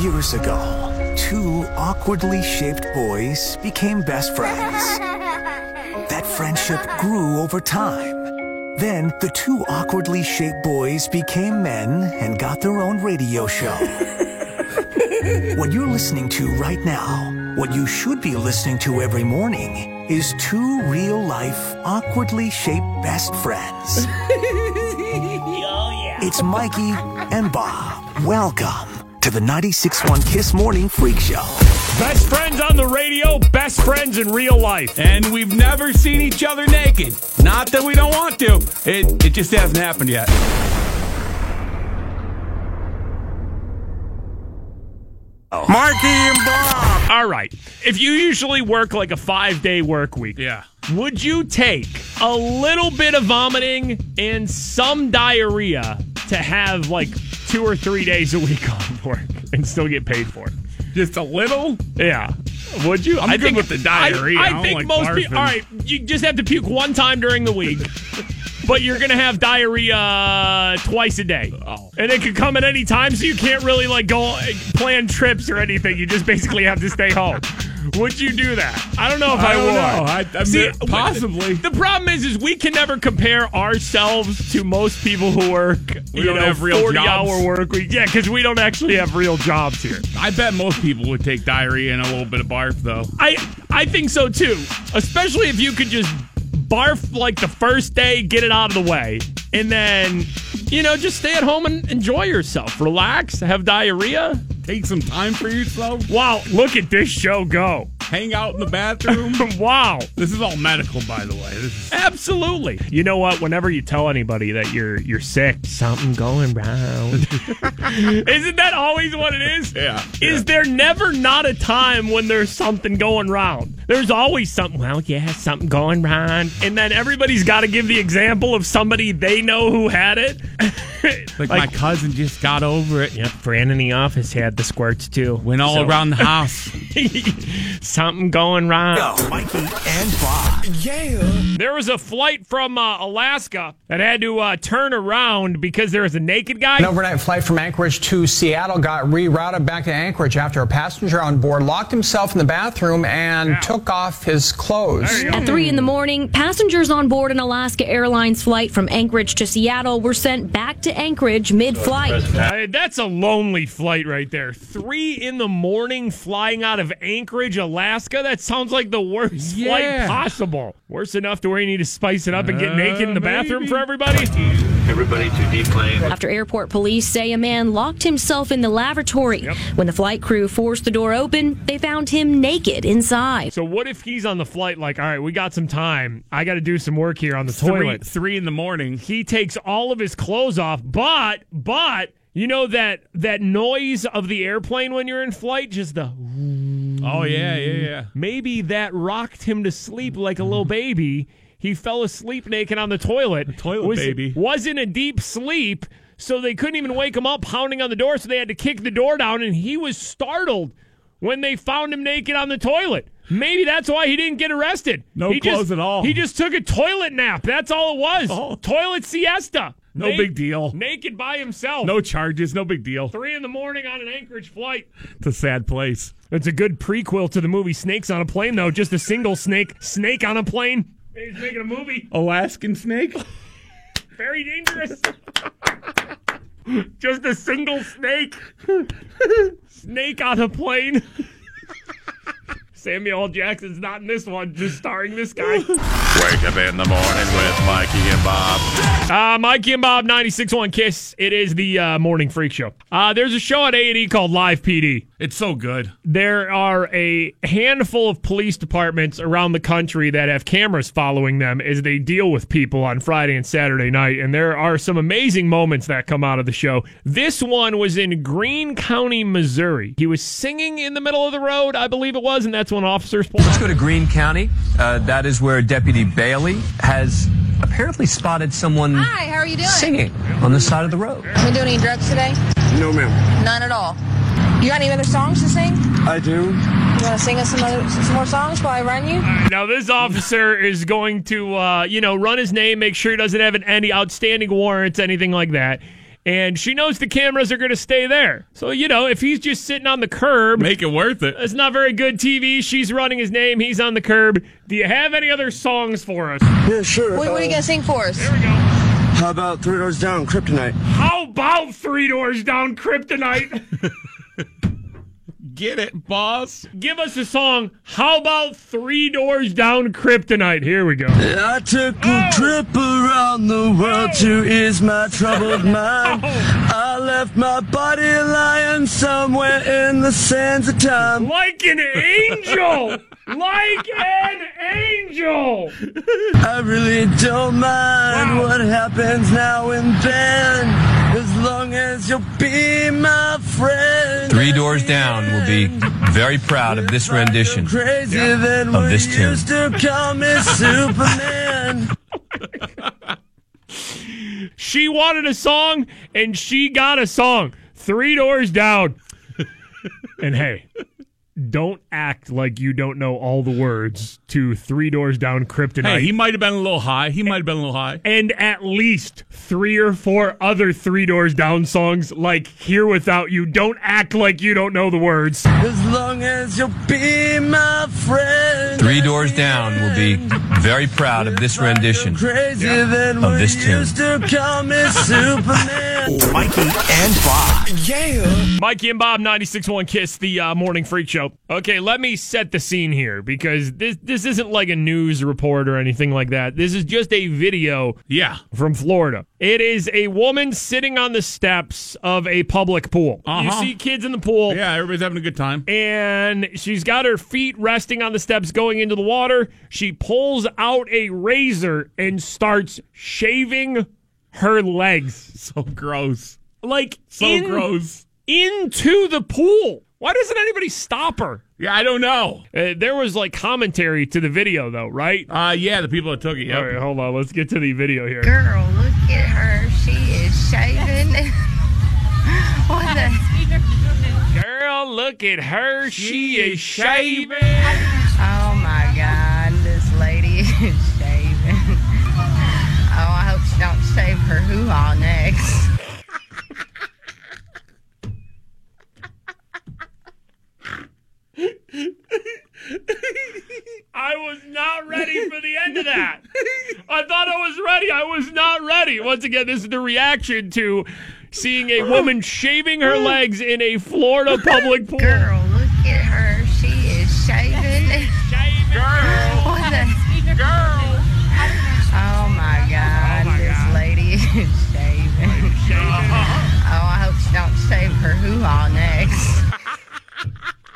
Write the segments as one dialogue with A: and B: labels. A: years ago, two awkwardly shaped boys became best friends. That friendship grew over time. Then the two awkwardly shaped boys became men and got their own radio show. what you're listening to right now, what you should be listening to every morning, is two real life awkwardly shaped best friends. It's Mikey and Bob. Welcome to the 96.1 Kiss Morning Freak Show.
B: Best friends on the radio, best friends in real life.
C: and we've never seen each other naked. Not that we don't want to. It it just hasn't happened yet. Marky and Bob.
B: All right. If you usually work like a five day work week,
C: Yeah.
B: would you take a little bit of vomiting and some diarrhea to have like two or three days a week off work and still get paid for it?
C: Just a little.
B: Yeah. Would you?
C: I'm good with the diarrhea. I don't
B: think
C: like
B: most people.
C: barfing.
B: All right, you just have to puke one time during the week, but you're gonna have diarrhea uh, twice a day,
C: Oh.
B: and it could come at any time. So you can't really like go like, plan trips or anything. You just basically have to stay home. Would you do that? I don't know if I,
C: I don't
B: would.
C: know. I- I
B: See,
C: mean, possibly.
B: The, problem is, is we can never compare ourselves to most people who work.
C: We
B: you
C: don't
B: know,
C: have real jobs.
B: forty-hour work week. Yeah, because we don't actually have real jobs here.
C: I bet most people would take diarrhea and a little bit of barf though.
B: I I think so too. Especially if you could just barf like the first day, get it out of the way, and then you know just stay at home and enjoy yourself, relax, have diarrhea.
C: Take some time for yourself.
B: Wow, look at this show go!
C: Hang out in the bathroom.
B: wow.
C: this is all medical, by the way. This is
B: Absolutely. You know what? Whenever you tell anybody that you're you're sick, something going wrong. Isn't that always what it is?
C: Yeah,
B: Is
C: yeah.
B: there never not a time when there's something going wrong? There's always something. Well, yeah, something going wrong, and then everybody's got to give the example of somebody they know who had it.
C: like, my cousin just got over it.
B: Yep, Fran in the office had the squirts too.
C: Went all
B: So-
C: around the house.
B: something going wrong.
A: Go, Mikey and Bob.
B: There was a flight from uh, Alaska that had to uh, turn around because there was a naked guy.
D: An overnight flight from Anchorage to Seattle got rerouted back to Anchorage after a passenger on board locked himself in the bathroom and took off his clothes.
E: At 3 in
B: Hmm.
E: the morning, passengers on board an Alaska Airlines flight from Anchorage to Seattle were sent back to Anchorage mid flight.
B: Uh, that's a lonely flight right there. Three in the morning flying out of Anchorage, Alaska. That sounds like the worst
C: Yeah.
B: flight possible. Worse enough to where you need to spice it up and get
C: Uh,
B: naked in the bathroom
C: maybe.
B: for everybody.
F: Everybody to deep plane.
E: After airport police say a man locked himself in the lavatory. When the flight crew forced the door open, they found him naked inside.
B: So, what if he's on the flight, like, all right, we got some time. I got to do some work here on the
C: Three,
B: toilet.
C: three in the morning.
B: he takes all of his clothes off but but you know that that noise of the airplane when you're in flight just the
C: Oh yeah, yeah, yeah. Mm-hmm.
B: maybe that rocked him to sleep like a little baby he fell asleep naked on the toilet
C: toilet
B: was,
C: baby.
B: was in a deep sleep so they couldn't even wake him up pounding on the door so they had to kick the door down and he was startled when they found him naked on the toilet Maybe that's why he didn't get arrested.
C: No
B: He just-
C: clothes at all.
B: He just took a toilet nap. That's all it was.
C: Oh.
B: Toilet siesta.
C: No big deal.
B: Naked by himself.
C: No charges, no big deal.
B: Three in the morning on an Anchorage flight.
C: It's a sad place.
B: It's a good prequel to the movie Snakes on a Plane, though. Just a single snake. Snake on a plane. Oh. He's making a movie.
C: Alaskan Oh, snake?
B: Very dangerous. just a single snake. snake on a plane. Samuel L. Jackson's not in this one, just starring this guy.
G: Wake up in the morning with Mikey and Bob.
B: Uh, Mikey and Bob, 96.1 KISS. It is the uh, Morning Freak Show. Uh, there's a show at A&E called Live PD.
C: It's so good.
B: there are a handful of police departments around the country that have cameras following them as they deal with people on Friday and Saturday night. And there are some amazing moments that come out of the show. This one was in Greene County, Missouri. He was singing in the middle of the road, I believe it was, and that's when officers pulled.
H: Let's go to Greene County. Uh, that is where Deputy Bailey has apparently spotted someone
I: Hi, how are you doing?
H: singing on the side of the road.
I: You doing any drugs today?
J: No, ma'am.
I: None at all. You got any other songs to sing? You
J: I do.
I: want to sing us some, other, some more songs while I run you?
B: Now, this officer is going to, uh, you know, run his name, make sure he doesn't have an, any outstanding warrants, anything like that. and she knows the cameras are going to stay there. So, you know, if he's just sitting on the curb,
C: Make it worth it.
B: it's not very good TV. She's running his name, he's on the curb. Do you have any other songs for us?
J: Yeah, sure.
K: What, what are you gonna sing for us?
J: How about Three Doors Down, Kryptonite?
B: How about Three Doors Down Kryptonite?
C: Get it, boss.
B: Give us a song. How about Three Doors Down Kryptonite? Here we go.
J: I took a trip around the world to ease my troubled mind. I left my body lying somewhere in the sands of time.
B: Like an angel! like an angel!
J: I really don't mind what happens now and then, as long as you'll be my friend.
L: Three Doors Down will be very proud of this
J: If I go
L: rendition.
J: Crazy, then
L: Of
J: when
L: this
J: you
L: tune.
J: used to call me Superman.
B: She wanted a song and she got a song. Three doors down. and hey, don't act like you don't know all the words to Three Doors Down Kryptonite.
C: Hey, he might have been a little high. He might have been a little high.
B: and at least three or four other Three Doors Down songs like Here Without You. Don't act like you don't know the words.
J: As long as you'll be my friend.
L: Three Doors Down will be very proud of this rendition.
J: Crazy than
L: Of this
J: you
L: tune.
J: used to call me Superman.
A: Mikey and Bob.
B: Mikey and Bob, 96.1 Kiss, the uh, morning freak show. Okay, let me set the scene here because this, this isn't like a news report or anything like that. This is just a video
C: Yeah.
B: from Florida. It is a woman sitting on the steps of a public pool. You
C: Uh-huh.
B: see kids in the pool.
C: Yeah, everybody's having a good time.
B: and she's got her feet resting on the steps going into the water. She pulls out a razor and starts shaving her legs.
C: So gross.
B: Like
C: So
B: in-
C: gross.
B: into the pool. Why doesn't anybody stop her?
C: Yeah, I don't know.
B: Uh, there was like commentary to the video though, right?
C: Uh yeah, the people that took it. Yep.
B: All right, hold on. Let's get to the video here.
K: Girl, look at her. She is shaving. what the?
B: Girl, look at her. She, is shaving.
K: Oh my God, this lady is shaving. Oh, I hope she don't shave her hoo-ha next.
B: I was not ready for the end of that. I thought I was ready. I was not ready. Once again, this is the reaction to seeing a woman shaving her legs in a Florida public pool.
K: Girl, look at her. She is shaving.
B: Girl.
K: What the?
B: Girl.
K: Oh my God, this lady is shaving. Oh, I hope she don't shave her hoo-ha next.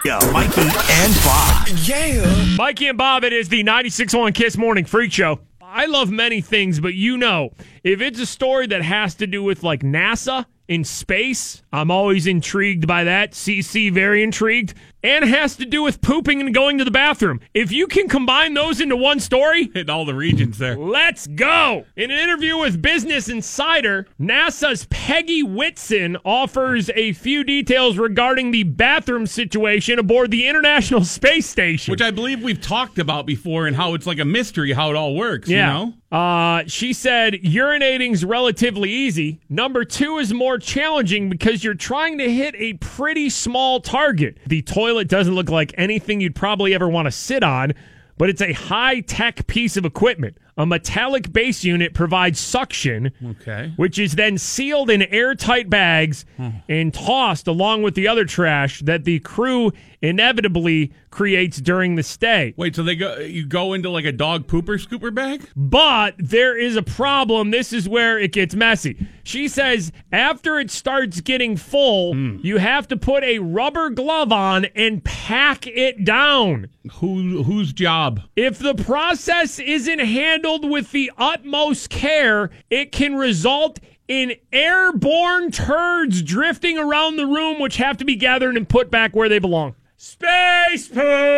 A: Yeah, Mikey and Bob.
B: Mikey and Bob, it is the 96.1 Kiss Morning Freak Show. I love many things, but you know, if it's a story that has to do with like NASA in space, I'm always intrigued by that. CC, very intrigued. And has to do with pooping and going to the bathroom. If you can combine those into one story,
C: Hitting all the regions there.
B: Let's go. In an interview with Business Insider, NASA's Peggy Whitson offers a few details regarding the bathroom situation aboard the International Space Station.
C: Which I believe we've talked about before and how it's like a mystery how it all works, you know?
B: Uh, she said urinating's relatively easy. Number two is more challenging because you're trying to hit a pretty small target. The toilet doesn't look like anything you'd probably ever want to sit on, but it's a high tech piece of equipment. A metallic base unit provides suction,
C: Okay. Hmm.
B: which is then sealed in airtight bags and tossed along with the other trash that the crew inevitably creates during the stay.
C: Wait, so they go you go into like a dog pooper scooper bag?
B: But there is a problem. This is where it gets messy. She says after it starts getting full, you have to put a rubber glove on and pack it down.
C: Who whose job?
B: If the process isn't handled with the utmost care, it can result in airborne turds drifting around the room, which have to be gathered and put back where they belong. Space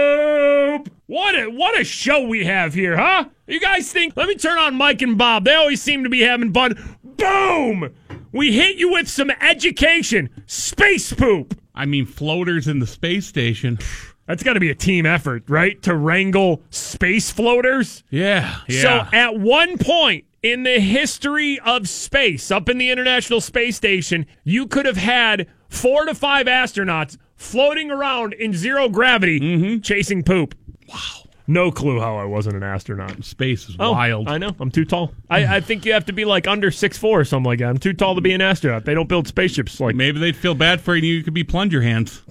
B: poop! What a what a show we have here, huh? You guys think? Let me turn on Mike and Bob. They always seem to be having fun. Boom! We hit you with some education. Space poop.
C: I mean floaters in the space station.
B: That's got to be a team effort, right? To wrangle space floaters.
C: Yeah.
B: So at one point, in the history of space up in the International Space Station, you could have had four to five astronauts floating around in zero gravity
C: Mm-hmm.
B: chasing poop. Wow. No clue how I wasn't an astronaut.
C: Space is
B: Oh,
C: wild.
B: I know. I'm too tall. I, I think you have to be like under six four or something like that. I'm too tall to be an astronaut. They don't build spaceships like
C: Maybe they'd feel bad for you. and You could be plunger hands.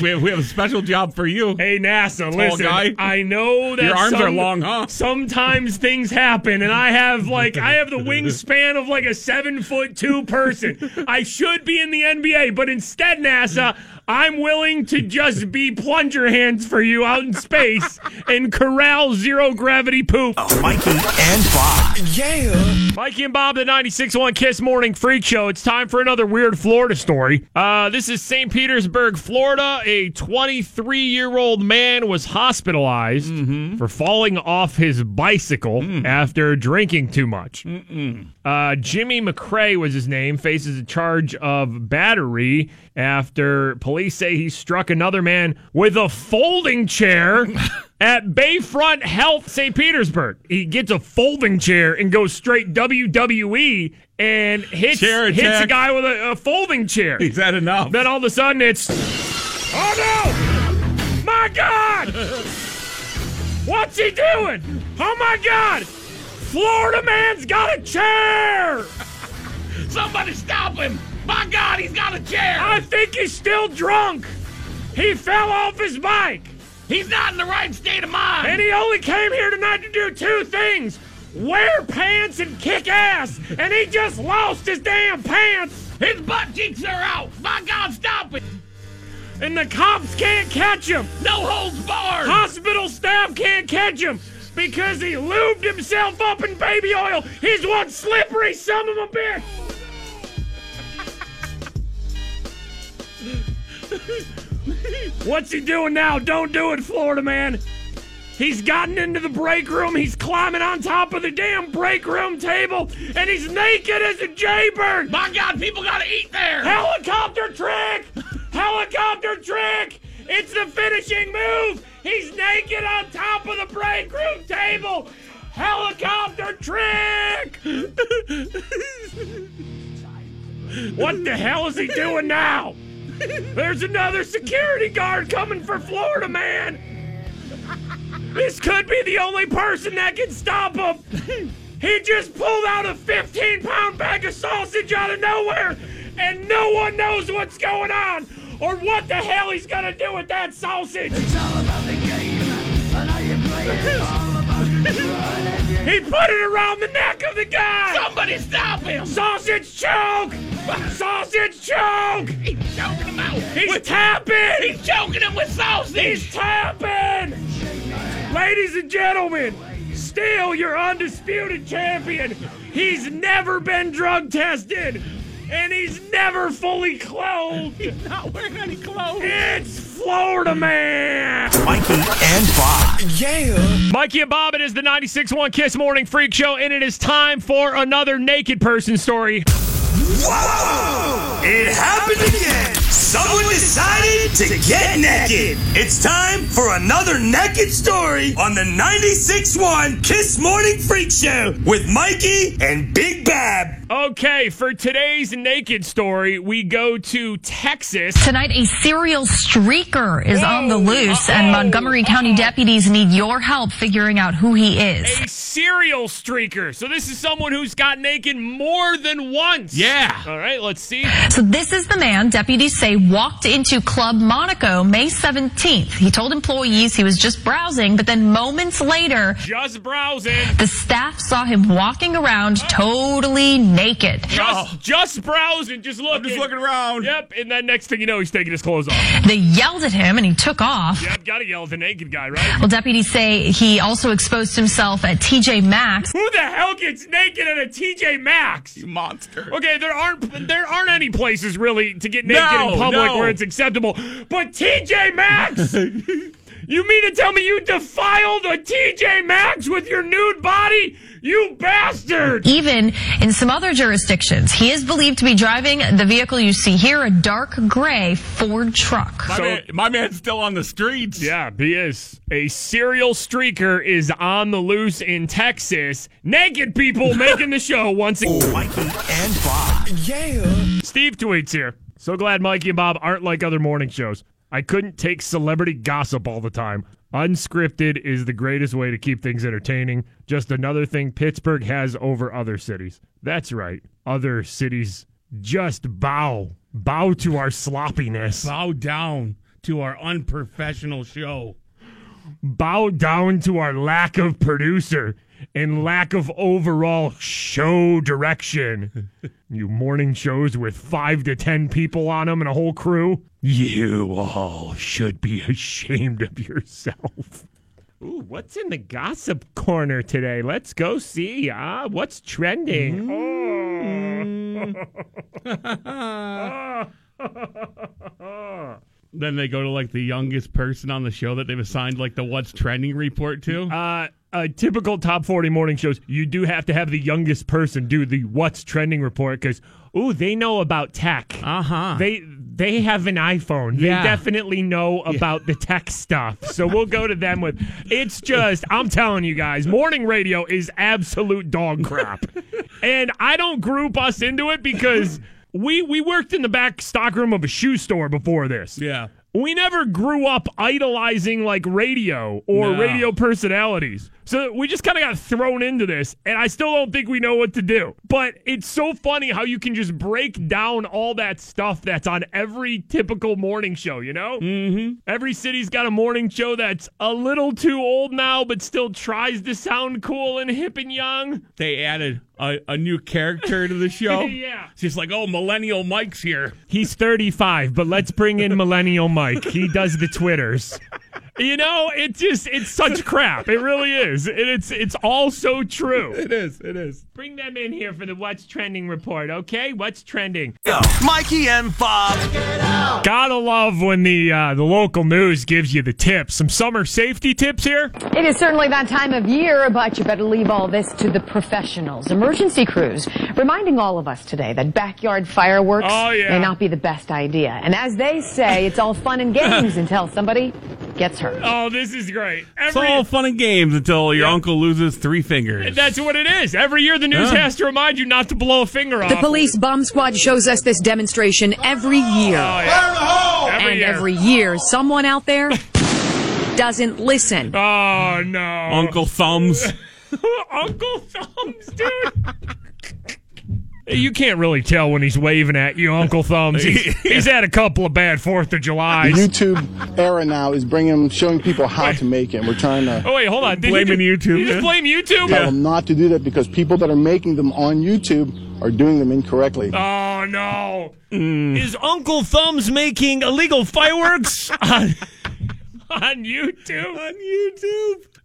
C: we, have, we have a special job for you.
B: Hey NASA,
C: Tall
B: listen.
C: guy.
B: I know that
C: Your arms
B: some-
C: are long, huh?
B: Sometimes things happen, and I have like I have the wingspan of like a seven foot two person. I should be in the NBA, but instead, NASA, I'm willing to just be plunger hands for you out in space and corral zero gravity poop.
C: Oh.
A: Mikey and Bob. Yeah.
B: Mikey and Bob, the 96.1 Kiss Morning Freak Show. It's time for another weird Florida story. Uh, this is St. Petersburg, Florida. A 23 year old man was hospitalized for falling off his bicycle after drinking too much. Uh, Jimmy McCrae was his name, faces a charge of battery after police say he struck another man with a folding chair at Bayfront Health St. Petersburg. He gets a folding chair and goes straight WWE and hits,
C: Chair
B: hits a
C: attack.
B: guy with a, a folding chair.
C: Is that enough?
B: Then all of a sudden it's. Oh no! My God! What's he doing? Oh my God! Florida man's got a chair!
C: Somebody stop him! My God, he's got a chair!
B: I think he's still drunk! He fell off his bike!
C: he's not in the right state of mind.
B: And he only came here tonight to do two things wear pants and kick ass! And he just lost his damn pants!
C: His butt cheeks are out. My God, stop it!
B: And the cops can't catch him!
C: No holds barred.
B: Hospital staff can't catch him because he lubed himself up in baby oil. He's one slippery son of a bitch. What's he doing now? Don't do it, Florida man. He's gotten into the break room. He's climbing on top of the damn break room table, and he's naked as a jaybird.
C: My God, people gotta eat there.
B: Helicopter trick! Helicopter trick! It's the finishing move! He's naked on top of the break room table! Helicopter trick! what the hell is he doing now? There's another security guard coming for Florida man! This could be the only person that can stop him. He just pulled out a 15 pound bag of sausage out of nowhere, and no one knows what's going on or what the hell he's gonna do with that sausage. He put it around the neck of the guy.
C: Somebody stop him.
B: Sausage choke! Sausage choke!
C: He's choking him out.
B: He's tapping!
C: He's choking him with sausage.
B: It's happened! Ladies and gentlemen, still your undisputed champion. He's never been drug tested, and he's never fully clothed.
C: He's not wearing any clothes.
B: It's Florida Man!
A: Mikey and Bob. Yeah.
B: Mikey and Bob, it is the 96.1 Kiss Morning Freak Show, and it is time for another naked person story.
A: Whoa! Oh, It happened again. Someone decided to get naked. It's time for another naked story on the 96.1 Kiss Morning Freak Show with Mikey and Big Bab.
B: Okay, for today's naked story, we go to Texas.
M: Tonight, a serial streaker is on the loose,
B: Uh-oh.
M: and Montgomery County deputies need your help figuring out who he is.
B: a serial streaker. So this is someone who's got naked more than once.
C: Yeah.
B: All right, let's see.
M: So, this is the man deputies say walked into Club Monaco May 17th. He told employees he was just browsing, but then moments later,
B: Just browsing.
M: the staff saw him walking around totally naked.
B: Just, just browsing. Just looking.
C: Oh. Just looking around.
B: Yep, and then next thing you know, he's taking his clothes off.
M: They yelled at him and he took off.
B: yep, gotta yell at the naked guy, right?
M: Well, deputies say he also exposed himself at TJ Maxx.
B: Who the hell gets naked at a TJ Maxx?
C: You monster.
B: Okay, there aren't there aren't any places really to get naked
C: No,
B: in public
C: no.
B: where it's acceptable, but TJ Maxx. You mean to tell me you defiled a TJ Maxx with your nude body? You bastard!
M: Even in some other jurisdictions, he is believed to be driving the vehicle you see here, a dark gray Ford truck.
C: My, man, my man's still on the streets.
B: Yeah, he is. A serial streaker is on the loose in Texas. Naked people making the show once again.
A: Mikey and Bob. Yeah.
B: Steve tweets here. So glad Mikey and Bob aren't like other morning shows. I couldn't take celebrity gossip all the time. Unscripted is the greatest way to keep things entertaining. Just another thing Pittsburgh has over other cities. That's right. Other cities just bow. Bow to our sloppiness.
C: Bow down to our unprofessional show.
B: bow down to our lack of producer and lack of overall show direction. you morning shows with five to ten people on them and a whole crew. You all should be ashamed of yourself. Ooh, what's in the gossip corner today? Let's go see. Ah, what's trending? Oh.
C: Then they go to like the youngest person on the show that they've assigned like the what's trending report to.
B: Uh, uh, typical top 40 morning shows, you do have to have the youngest person do the what's trending report because, ooh, they know about tech.
C: Uh huh.
B: They they have an iPhone. They
C: Yeah.
B: definitely know about the tech stuff. So we'll go to them with it's just I'm telling you guys, morning radio is absolute dog crap. and I don't group us into it because we we worked in the back stockroom of a shoe store before this
C: yeah.
B: we never grew up idolizing like radio or
C: No.
B: radio personalities. So we just kind of got thrown into this, and I still don't think we know what to do. But it's so funny how you can just break down all that stuff that's on every typical morning show, you know?
C: Mm-hmm.
B: Every city's got a morning show that's a little too old now, but still tries to sound cool and hip and young.
C: They added a, a new character to the show.
B: Yeah.
C: It's just like, oh, millennial Mike's here.
B: He's 35, but let's bring in Millennial Mike. He does the Twitters. You know, it just it's such crap. It really is. And it's it's all so true.
C: It is. It is.
B: Bring them in here for the what's trending report, okay? What's trending?
A: Mikey and Bob.
B: Gotta love when the uh, the local news gives you the tips. Some summer safety tips here.
I: It is certainly that time of year, but you better leave all this to the professionals. Emergency crews reminding all of us today that backyard fireworks
B: Oh, yeah.
I: may not be the best idea. And as they say, it's all fun and games until somebody gets hurt.
B: Oh, this is great.
C: It's all fun and games until your uncle loses three fingers.
B: that's what it is. Every year the news
C: Yeah.
B: has to remind you not to blow a finger off.
N: The police bomb squad shows us this demonstration every year.
B: Every
N: and
B: year.
N: every year, someone out there doesn't listen.
B: Oh no.
C: Uncle Thumbs.
B: Uncle Thumbs, dude. You can't really tell when he's waving at you, Uncle Thumbs. He's, he's had a couple of bad Fourth of Julys.
O: YouTube era now is bringing, showing people how to make it. We're trying to
B: Oh wait, hold on. Did
C: Blaming
B: you ju-
C: YouTube,
B: You just
C: yeah.
B: blame YouTube.
O: tell them not to do that because people that are making them on YouTube are doing them incorrectly.
B: Oh no! Is Uncle Thumbs making illegal fireworks on, on YouTube? On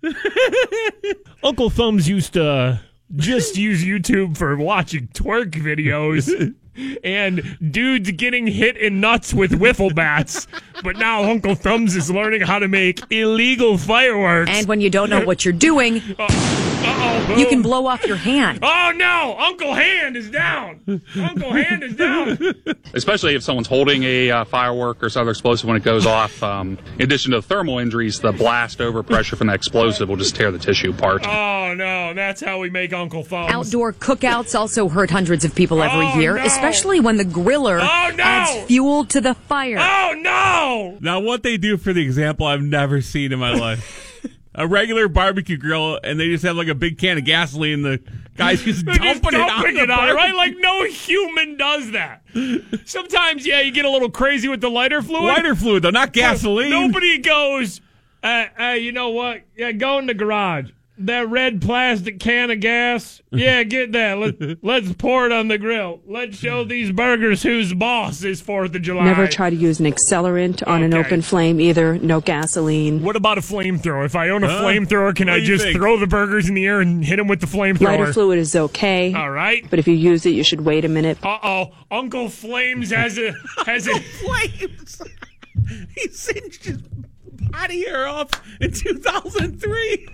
B: YouTube. Uncle Thumbs used to just use YouTube for watching twerk videos and dudes getting hit in nuts with wiffle bats. But now Uncle Thumbs is learning how to make illegal fireworks.
N: And when you don't know what you're doing,
B: Uh-oh,
N: you can
B: boom.
N: blow off your hand.
B: Oh no! Uncle Hand is down. Uncle Hand is down.
P: especially if someone's holding a uh, firework or some other explosive when it goes off. Um, in addition to the thermal injuries, the blast overpressure from that explosive will just tear the tissue apart.
B: Oh no, that's how we make Uncle Thumbs.
N: Outdoor cookouts also hurt hundreds of people every
B: Oh,
N: year,
B: no.
N: especially when the griller
B: Oh, no.
N: adds fuel to the fire.
B: Oh no!
C: Now, what they do for the example, I've never seen in my life. a regular barbecue grill, and they just have like a big can of gasoline. The guy's just
B: They're
C: dumping,
B: just
C: it on
B: dumping
C: the
B: it on it, right?
C: barbecue.
B: Like no human does that. Sometimes, yeah, you get a little crazy with the lighter fluid.
C: lighter fluid, though, not gasoline.
B: Nobody goes. Uh, uh, you know what? Yeah, go in the garage. That red plastic can of gas. Yeah, get that. Let, let's pour it on the grill. Let's show these burgers who's boss this Fourth of July.
Q: Never try to use an accelerant on an
B: Okay.
Q: open flame either. No gasoline.
B: What about a flamethrower? If I own a
Q: Huh?
B: flamethrower, can
Q: What
B: I
Q: do you
B: just
Q: think?
B: throw the burgers in the air and hit them with the
Q: Lighter
B: flamethrower?
Q: fluid is okay.
B: All right.
Q: But if you use it, you should wait a minute.
B: Uh oh, Uncle Flames has a has a
C: Flames. he singed his out of here off in 2003.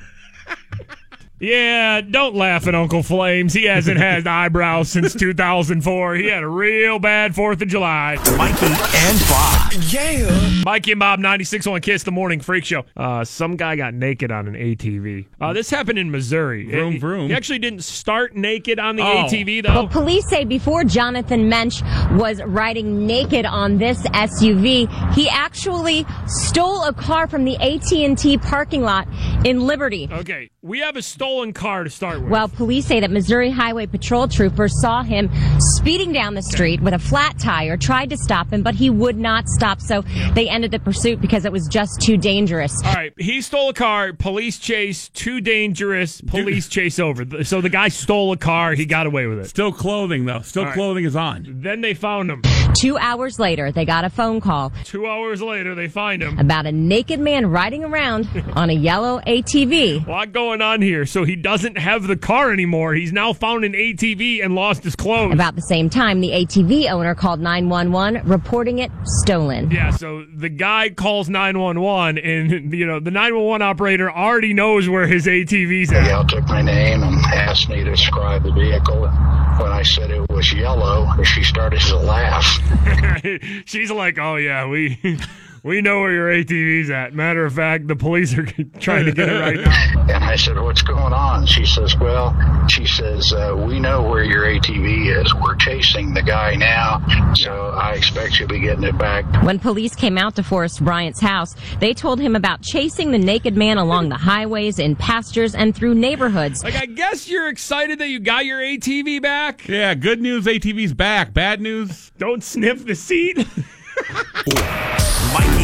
B: Yeah, don't laugh at Uncle Flames. He hasn't had eyebrows since 2004. He had a real bad 4th of July. Mikey and Bob. Yeah. Mikey and Bob, 96 on Kiss, the morning freak show. Uh, some guy got naked on an ATV. Uh, this happened in Missouri.
C: Vroom,
B: It-
C: vroom.
B: He actually didn't start naked on the
C: Oh.
B: ATV, though.
E: Well, police say before Jonathan Mensch was riding naked on this SUV, he actually stole a car from the AT&T parking lot in Liberty.
B: Okay, we have a stolen car to start with.
E: Well, police say that Missouri Highway Patrol troopers saw him speeding down the street with a flat tire, tried to stop him, but he would not stop. So they ended the pursuit because it was just too dangerous.
B: All right, he stole a car. Police chase, too dangerous. Police chase over. So the guy stole a car. He got away with it.
C: Still clothing though. Still
B: All right.
C: clothing is on.
B: Then they found him.
E: Two hours later, they got a phone call
B: Two hours later, they find him.
E: about a naked man riding around on a yellow ATV.
B: A lot going on here. So he doesn't have the car anymore. He's now found an ATV and lost his clothes.
E: About the same time, the ATV owner called 911, reporting it stolen.
B: yeah, so the guy calls 911 and you know, the 911 operator already knows where his ATV's at.
H: Gal took my name and asked me to describe the vehicle. And when I said it was yellow, she started to laugh.
B: She's like, "Oh yeah, we we know where your ATV's at." Matter of fact, the police are trying to get it right now.
H: And I said, "What's going on?" She says, "Well, she says uh, we know where your ATV is. We're chasing the guy now, so I expect you'll be getting it back."
E: When police came out to Forrest Bryant's house, they told him about chasing the naked man along the highways, in pastures, and through neighborhoods.
B: Like, I guess you're excited that you got your ATV back.
C: Yeah, good news ATV's back. Bad news
B: don't sniff the seat.
A: Mikey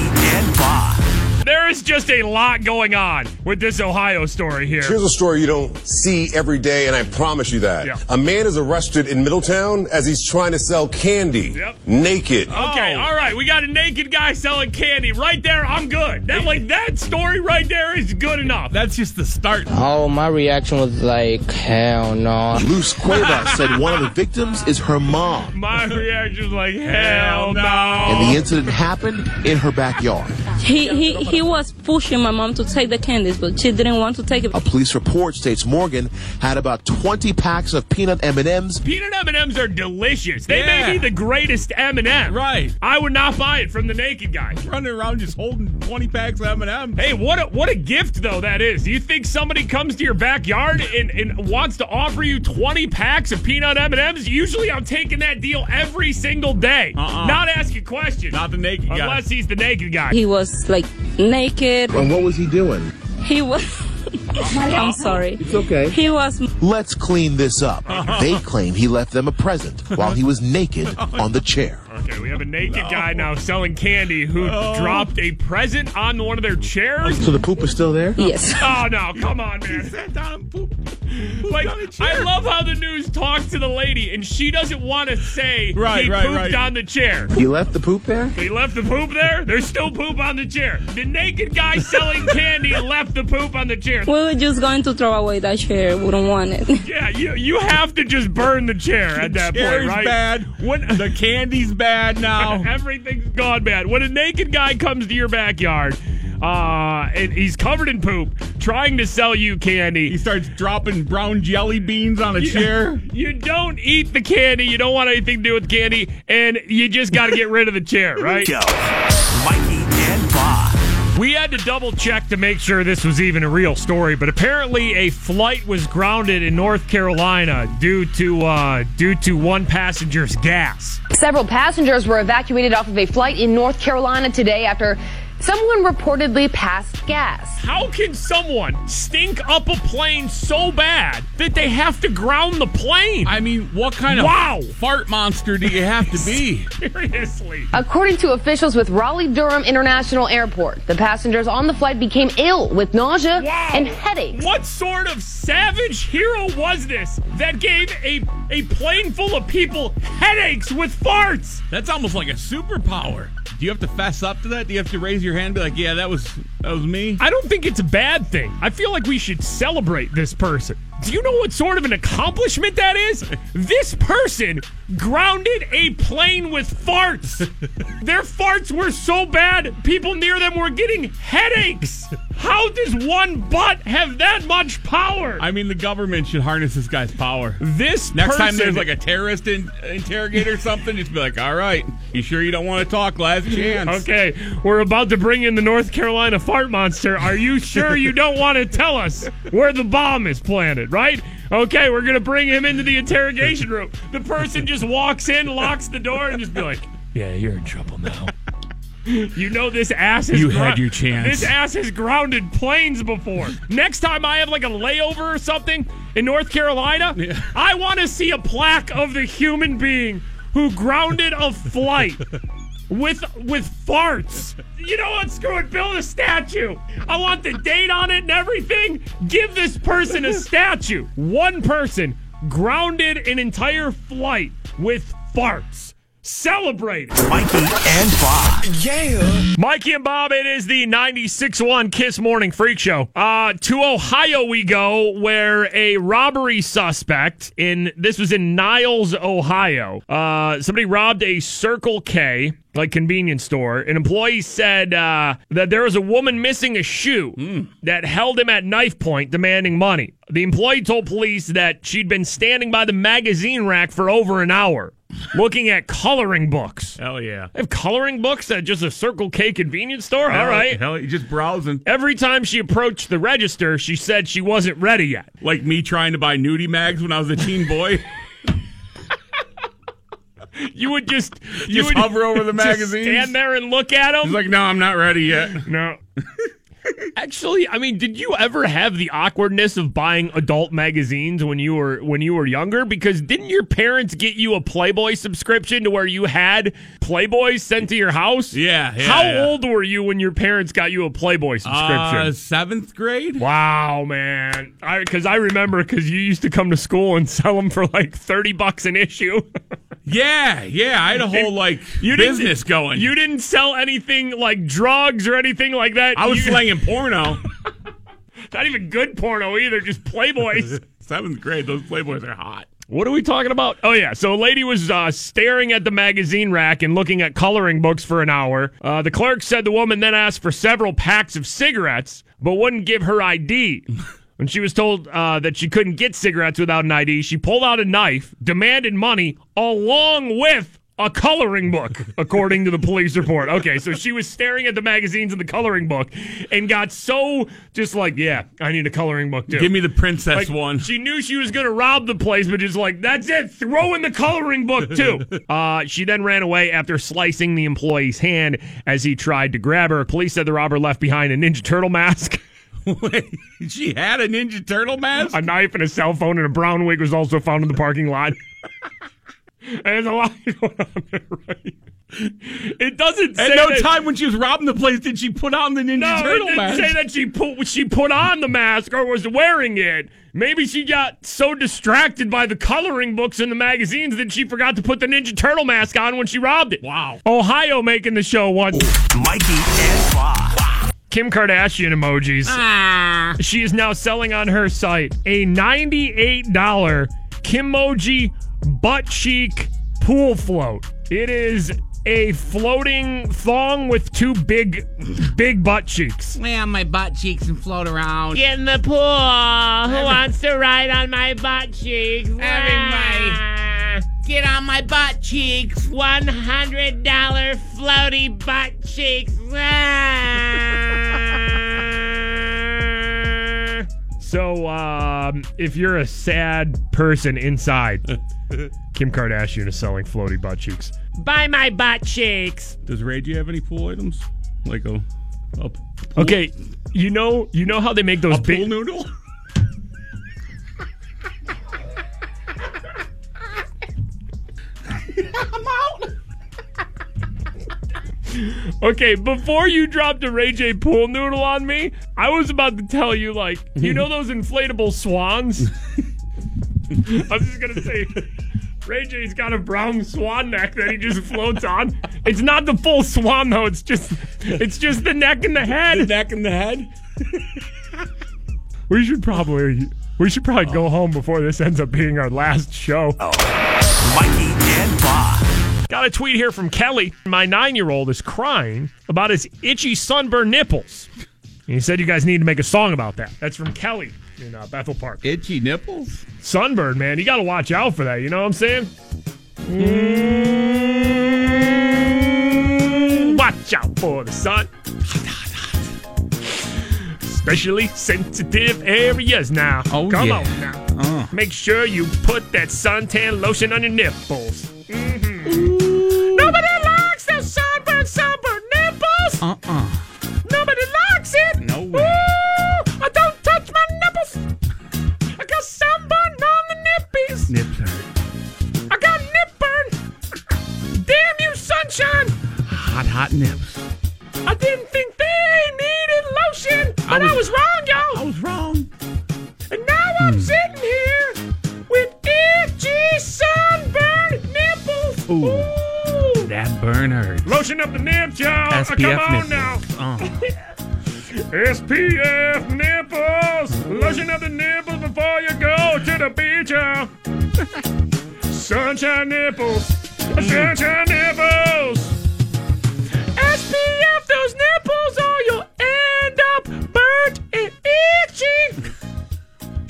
A: and Bob.
B: There is just a lot going on with this Ohio story here.
R: Here's a story you don't see every day, and I promise you that.
B: Yeah.
R: A man is arrested in Middletown as he's trying to sell candy naked.
B: Okay,
C: Oh.
B: all right, we got a naked guy selling candy right there. I'm good. That like that story right there is good enough.
C: That's just the start.
S: Oh, my reaction was like, hell no.
T: Luce Cuevas said one of the victims is her mom,
B: My reaction's like hell no.
T: and the incident happened in her backyard.
U: He, he, he was pushing my mom to take the candies, but she didn't want to take it.
T: A police report states Morgan had about 20 packs of peanut M&Ms
B: Peanut M and M's are delicious. They
C: Yeah.
B: may be the greatest M and M.
C: Right.
B: I would not buy it from the naked guy.
C: running around just holding 20 packs of M&M.
B: Hey, what a what a gift though that is. Do you think somebody comes to your backyard and, and wants to offer you 20 packs of peanut M&Ms? Usually I'm taking that deal every single day.
U: Uh-uh.
B: Not asking questions. Not
C: the naked
B: Unless Unless he's the naked guy.
U: He was like naked.
T: And what was he doing?
U: He was. I'm sorry.
T: It's okay.
U: He was.
T: Let's clean this up. They claim he left them a present while he was naked on the chair.
B: Okay, we have a naked guy now selling candy who dropped a present on one of their chairs.
T: So the poop is still there?
B: Oh no! Come on, man. sat down and pooped, like I love how the news talks to the lady, and she doesn't want to say
T: Right,
B: he
T: right,
B: pooped
T: right.
B: on the chair.
T: You left the poop there?
B: He left the poop there. There's still poop on the chair. The naked guy selling candy left the poop on the chair.
U: We were just going to throw away that chair. We don't want it.
B: Yeah, you you have to just burn the chair at that
C: Chair's
B: point, right?
C: bad. the candy's bad now.
B: Everything's gone bad. When a naked guy comes to your backyard, uh, and he's covered in poop, trying to sell you candy. He
C: starts dropping brown jelly beans on a chair.
B: You don't eat the candy. You don't want anything to do with candy, and you just got to get rid of the chair, right?
A: Go. Mikey and Bob.
B: We had to double check to make sure this was even a real story, but apparently a flight was grounded in North Carolina due to uh, due to one passenger's gas.
I: Several passengers were evacuated off of a flight in North Carolina today after someone reportedly passed gas.
B: How can someone stink up a plane so bad that they have to ground the plane?
C: I mean, what kind of
B: Wow.
C: fart monster do you have to be?
B: Seriously.
I: According to officials with Raleigh Durham International Airport, the passengers on the flight became ill with nausea and headaches.
B: What sort of savage hero was this that gave a, a plane full of people headaches with farts?
C: That's almost like a superpower. Do you have to fess up to that? Do you have to raise your hand and be like, yeah, that was that was me?
B: I don't think it's a bad thing. I feel like we should celebrate this person. Do you know what sort of an accomplishment that is? This person grounded a plane with farts. Their farts were so bad, people near them were getting headaches. How does one butt have that much power?
C: I mean, the government should harness this guy's power.
B: This
C: next time
B: person-
C: there's like a terrorist in- interrogator or something, just be like, "All right, you sure you don't want to talk? Last chance."
B: Okay, we're about to bring in the North Carolina fart monster. Are you sure you don't want to tell us where the bomb is planted, right? Okay, we're going to bring him into the interrogation room. The person just walks in, locks the door, and just be like,
C: Yeah, you're in trouble now.
B: you know this ass has
C: You had your chance.
B: This ass has grounded planes before. Next time I have like a layover or something in North Carolina, I want to see a plaque of the human being who grounded a flight with with farts. You know what? Screw it. Build a statue. I want the date on it and everything. Give this person a statue. One person grounded an entire flight with farts. Celebrate. it.
A: And Bob. Yeah.
B: Mikey and Bob, it is the 96.1 Kiss Morning Freak Show. Uh, to Ohio we go, where a robbery suspect in, this was in Niles, Ohio. Uh, somebody robbed a Circle K, like convenience store. An employee said uh, that there was a woman missing a shoe that held him at knife point demanding money. The employee told police that she'd been standing by the magazine rack for over an hour. Looking at coloring books.
C: Hell yeah.
B: They have coloring books at just a Circle K convenience store?
C: Hell-
B: All right.
C: hell, you just browsing.
B: Every time she approached the register, she said she wasn't ready yet.
C: Like me trying to buy nudie mags when I was a teen boy.
B: You would just you
C: Just
B: would
C: hover over the
B: just
C: magazines.
B: stand there and look at them.
C: He's like, "No, I'm not ready yet."
B: No. Actually, I mean, did you ever have the awkwardness of buying adult magazines when you were when you were younger? Because didn't your parents get you a Playboy subscription to where you had Playboys sent to your house?
C: Yeah, yeah,
B: How
C: yeah.
B: old were you when your parents got you a Playboy subscription?
C: Uh, seventh grade.
B: Wow, man! I because I remember because you used to come to school and sell them for like thirty bucks an issue.
C: Yeah, yeah. I had a whole
B: And
C: like
B: you didn't-
C: business going.
B: You didn't sell anything like drugs or anything like that.
C: I was
B: You-
C: slanging porno.
B: not even good porno either, just Playboys.
C: Seventh grade, those Playboys are hot.
B: What are we talking about? Oh yeah, so a lady was uh, staring at the magazine rack and looking at coloring books for an hour. Uh, the clerk said the woman then asked for several packs of cigarettes, but wouldn't give her ID. When she was told uh, that she couldn't get cigarettes without an ID, she pulled out a knife, demanded money, along with a coloring book, according to the police report. Okay, so she was staring at the magazines and the coloring book, and got so just like, yeah, I need a coloring book too.
C: Give me the
B: Like,
C: princess one.
B: She knew she was going to rob the place, but just like, that's it. Throw in the coloring book, too. uh, she then ran away after slicing the employee's hand as he tried to grab her. Police said the robber left behind a Ninja Turtle mask.
C: Wait, she had a Ninja Turtle mask?
B: A knife and a cell phone and a brown wig was also found in the parking lot. There's a lot going on there, right? It doesn't say
C: At no
B: that-
C: time when she was robbing the place did she put on the Ninja
B: No, it
C: Turtle
B: didn't
C: mask.
B: say that she put she put on the mask or was wearing it. Maybe she got so distracted by the coloring books in the magazines that she forgot to put the Ninja Turtle mask on when she robbed it. Wow. Ohio making the show once.
A: Mikey and Bob.
B: Kim Kardashian emojis. She is now selling on her site a $98 Kimoji butt cheek pool float. It is a floating thong with two big, big butt cheeks.
D: Lay on my butt cheeks and float around.
F: Get in the pool. Who wants to ride on my butt cheeks? Everybody. Get on my butt cheeks. $100 floaty butt cheeks.
B: So, um, if you're a sad person inside, Kim Kardashian is selling floaty butt cheeks.
F: Buy my butt cheeks.
C: Does Ray G have any pool items? Like a, a pool-
B: Okay, you know, you know how they make those big
C: pool noodle?
D: I'm out.
B: Okay, before you dropped a Ray J pool noodle on me, I was about to tell you, like, you know those inflatable swans? I was just gonna say, Ray J's got a brown swan neck that he just floats on. It's not the full swan though. It's just, it's just the neck and the head. The
C: neck and the head.
B: we should probably We should probably go home before this ends up being our last show.
A: Mikey and Bob.
B: Got a tweet here from Kelly. My nine year old is crying about his itchy sunburn nipples. And he said you guys need to make a song about that. That's from Kelly in uh, Bethel Park.
C: Itchy nipples?
B: Sunburn, man. You got to watch out for that. You know what I'm saying? Mm. Watch out for the sun. Especially sensitive areas now. Oh, Come
F: yeah.
B: on now. Make sure you put that suntan lotion on your nipples. Mm-hmm. Nobody likes those sunburned, sunburned nipples.
F: Uh uh
C: Uh-uh.
B: Nobody likes it. No way. Ooh, I don't touch my nipples. I got sunburned on the nippies.
C: Nips hurt.
B: I got nip burn. Damn you, sunshine.
C: Hot, hot nips.
B: I didn't think they needed lotion, but I was, wrong, y'all. I Hmm. was wrong. And now I'm sitting here with itchy sunburned nipples.
C: Ooh. That burn hurt.
B: Lotion up the nips, y'all. Uh,
C: SPF
B: Come on
C: nipples.
B: now.
C: Uh.
B: SPF nipples. Lotion up the nipples before you go to the beach, y'all. Sunshine nipples. Sunshine nipples. SPF those nipples or you'll end up burnt and itchy.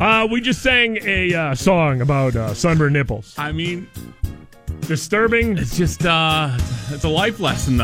B: Uh, we just sang a uh, song about uh, sunburned nipples.
C: I mean,
B: disturbing.
C: It's just uh, it's a life lesson.